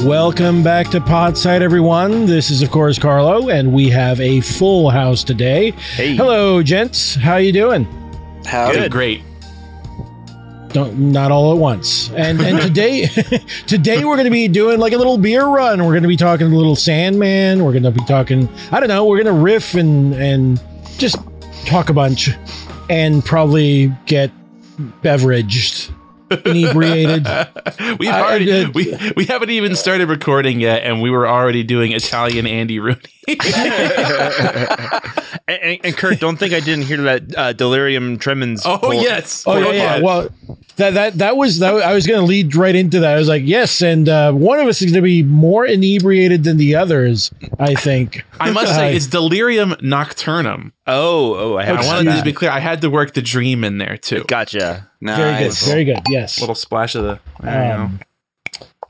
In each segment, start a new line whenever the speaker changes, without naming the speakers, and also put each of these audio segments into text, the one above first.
Welcome back to Podside, everyone. This is, of course, Carlo, and we have a full house today.
Hey.
Hello, gents. How you doing?
How
Good. Great.
Don't not all at once. And and today, today we're going to be doing like a little beer run. We're going to be talking a little Sandman. We're going to be talking. I don't know. We're going to riff and and just talk a bunch, and probably get beveraged, inebriated.
We've
I-
already
I-
we we haven't even started recording yet, and we were already doing Italian Andy Rooney.
And, and, and Kurt, don't think I didn't hear that uh, delirium tremens.
oh
for-
yes.
Oh yeah, yeah. Well, that that that was that. was- I was going to lead right into that. I was like, yes, and uh, one of us is going to be more inebriated than the others. I think. Uh,
I must say it's Delirium Nocturnum.
Oh, oh, I haven't
I
Excuse
wanted
done
to
me.
be clear. I had to work the dream in there too.
that. Gotcha.
very
Nice.
good. Very good. Yes.
Little splash of the. I don't know.
Um,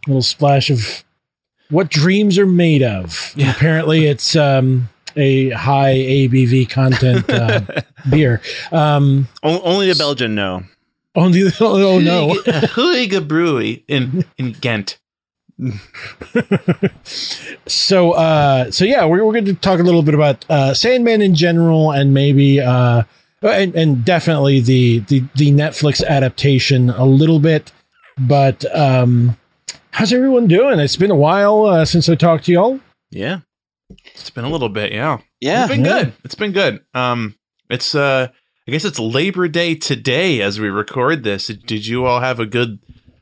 little splash of what dreams are made of.
Yeah.
Apparently, it's um, a high ABV content uh, beer. Um,
O- only the Belgian know.
only oh no.
Huiga Brewery in in Ghent.
so uh so yeah we're, we're going to talk a little bit about uh sandman in general and maybe uh and, and definitely the, the the netflix adaptation a little bit but um how's everyone doing it's been a while uh, since i talked to y'all
Yeah.
It's been a little bit, yeah.
Yeah.
It's been
Yeah.
good. It's been good. Um, it's uh, I guess it's Labor Day today as we record this. Did you all have a good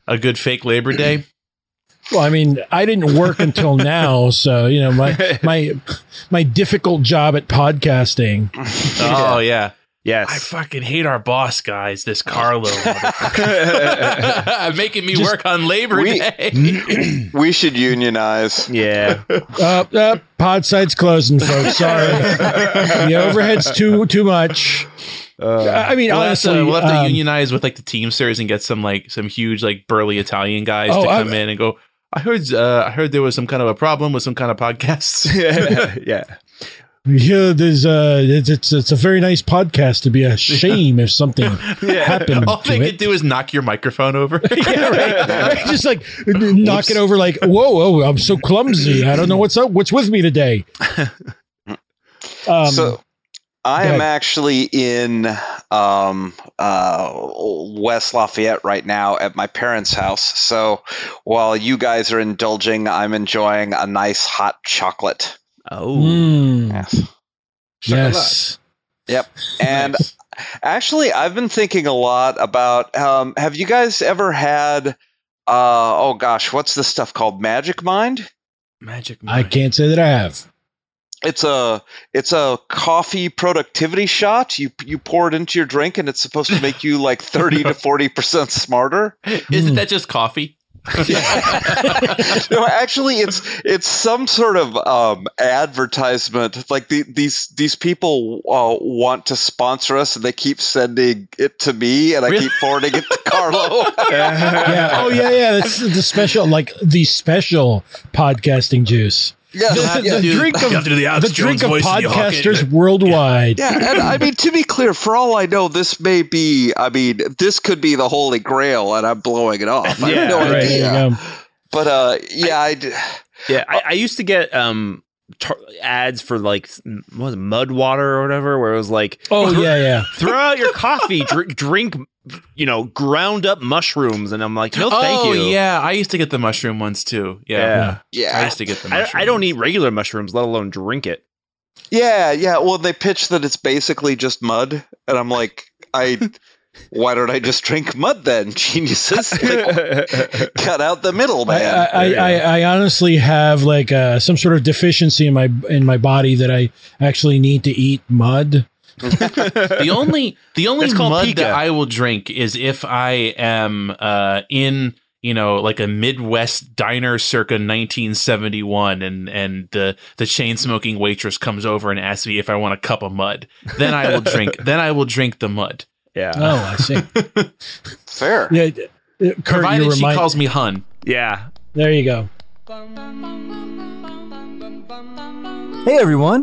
a good fake Labor Day?
well i mean i didn't work until now so you know my my my difficult job at podcasting
Oh yeah. I
Yes.
fucking hate our boss, guys. This Carlo motherfucker. making me
Just-
work on Labor
We-
Day.
we should unionize.
yeah.
uh, uh pod site's closing folks sorry the overhead's too too much i mean
Uh, We'll have,
honestly
to, we'll have to
um,
unionize with like the Teamsters and get some like some huge like burly Italian guys
Oh,
to
I-
come in and go. I heard uh, I heard there was some kind of a problem with some kind of podcasts.
yeah.
Yeah, there's uh, it's, it's it's a very nice podcast. to be a shame if something happened
All
to
they could
it.
do is knock your microphone over.
Yeah, right. Right, Just like n- knock it over, like whoa, whoa, I'm so clumsy. I don't know what's up. What's with me today? Um,
so I
go
am
ahead.
actually in um, uh, West Lafayette right now at my parents' house. So while you guys are indulging, I'm enjoying a nice hot chocolate.
Oh.
mm,
Yes.
yes,
And actually, I've been thinking a lot about um, have you guys ever had, uh, oh gosh, what's this stuff called? Magic Mind?
Magic.
I can't say that I have.
it's a it's a coffee productivity shot. You you pour it into your drink, and it's supposed to make you like thirty to forty percent smarter.
Mm.
Isn't that just coffee?
No, actually, it's it's some sort of um, advertisement. Like the, these these people uh, want to sponsor us, and they keep sending it to me, and I
Really?
keep forwarding it to Carlo.
Yeah. Oh yeah, yeah. That's the special, like the special podcasting juice.
yeah,
The,
have
the
to do-
drink
you
of
have to do the Alex
the drink of
Jones voice in your pocket.
podcasters worldwide.
Yeah, and I mean to be clear, for all I know, this may be. I mean, this could be the holy grail, and I'm blowing it off. I
Yeah,
have no
Right, there you
idea.
go.
But uh, yeah, I d-
Yeah. I, I used to get um tar- ads for like s- what was it, mud water or whatever, where it was like
Oh yeah, yeah.
throw out your coffee, drink, drink, you know, ground up mushrooms, and I'm like, no, thank
oh
you.
yeah, I used to get the mushroom ones too. Yeah.
Yeah.
I
yeah,
used to get the
I,
mushroom.
I don't
ones.
eat regular mushrooms, let alone drink it.
yeah, yeah. Well, they pitch that it's basically just mud, and I'm like, I. Why don't I just drink mud then, geniuses? Like, cut out the middle,
I,
man.
I, I, I honestly have like uh, some sort of deficiency in my in my body that I actually need to eat mud.
the only the only
That's called
mud
pica.
that I will drink is if I am uh, in you know like a Midwest diner circa 1971, and and the the chain smoking waitress comes over and asks me if I want a cup of mud. Then I will drink. then I will drink the mud,
Yeah.
Oh, I see.
Fair.
yeah, uh, Kurt, you
provided she
remind.
calls me hun.
Yeah.
there you go.
Hey everyone!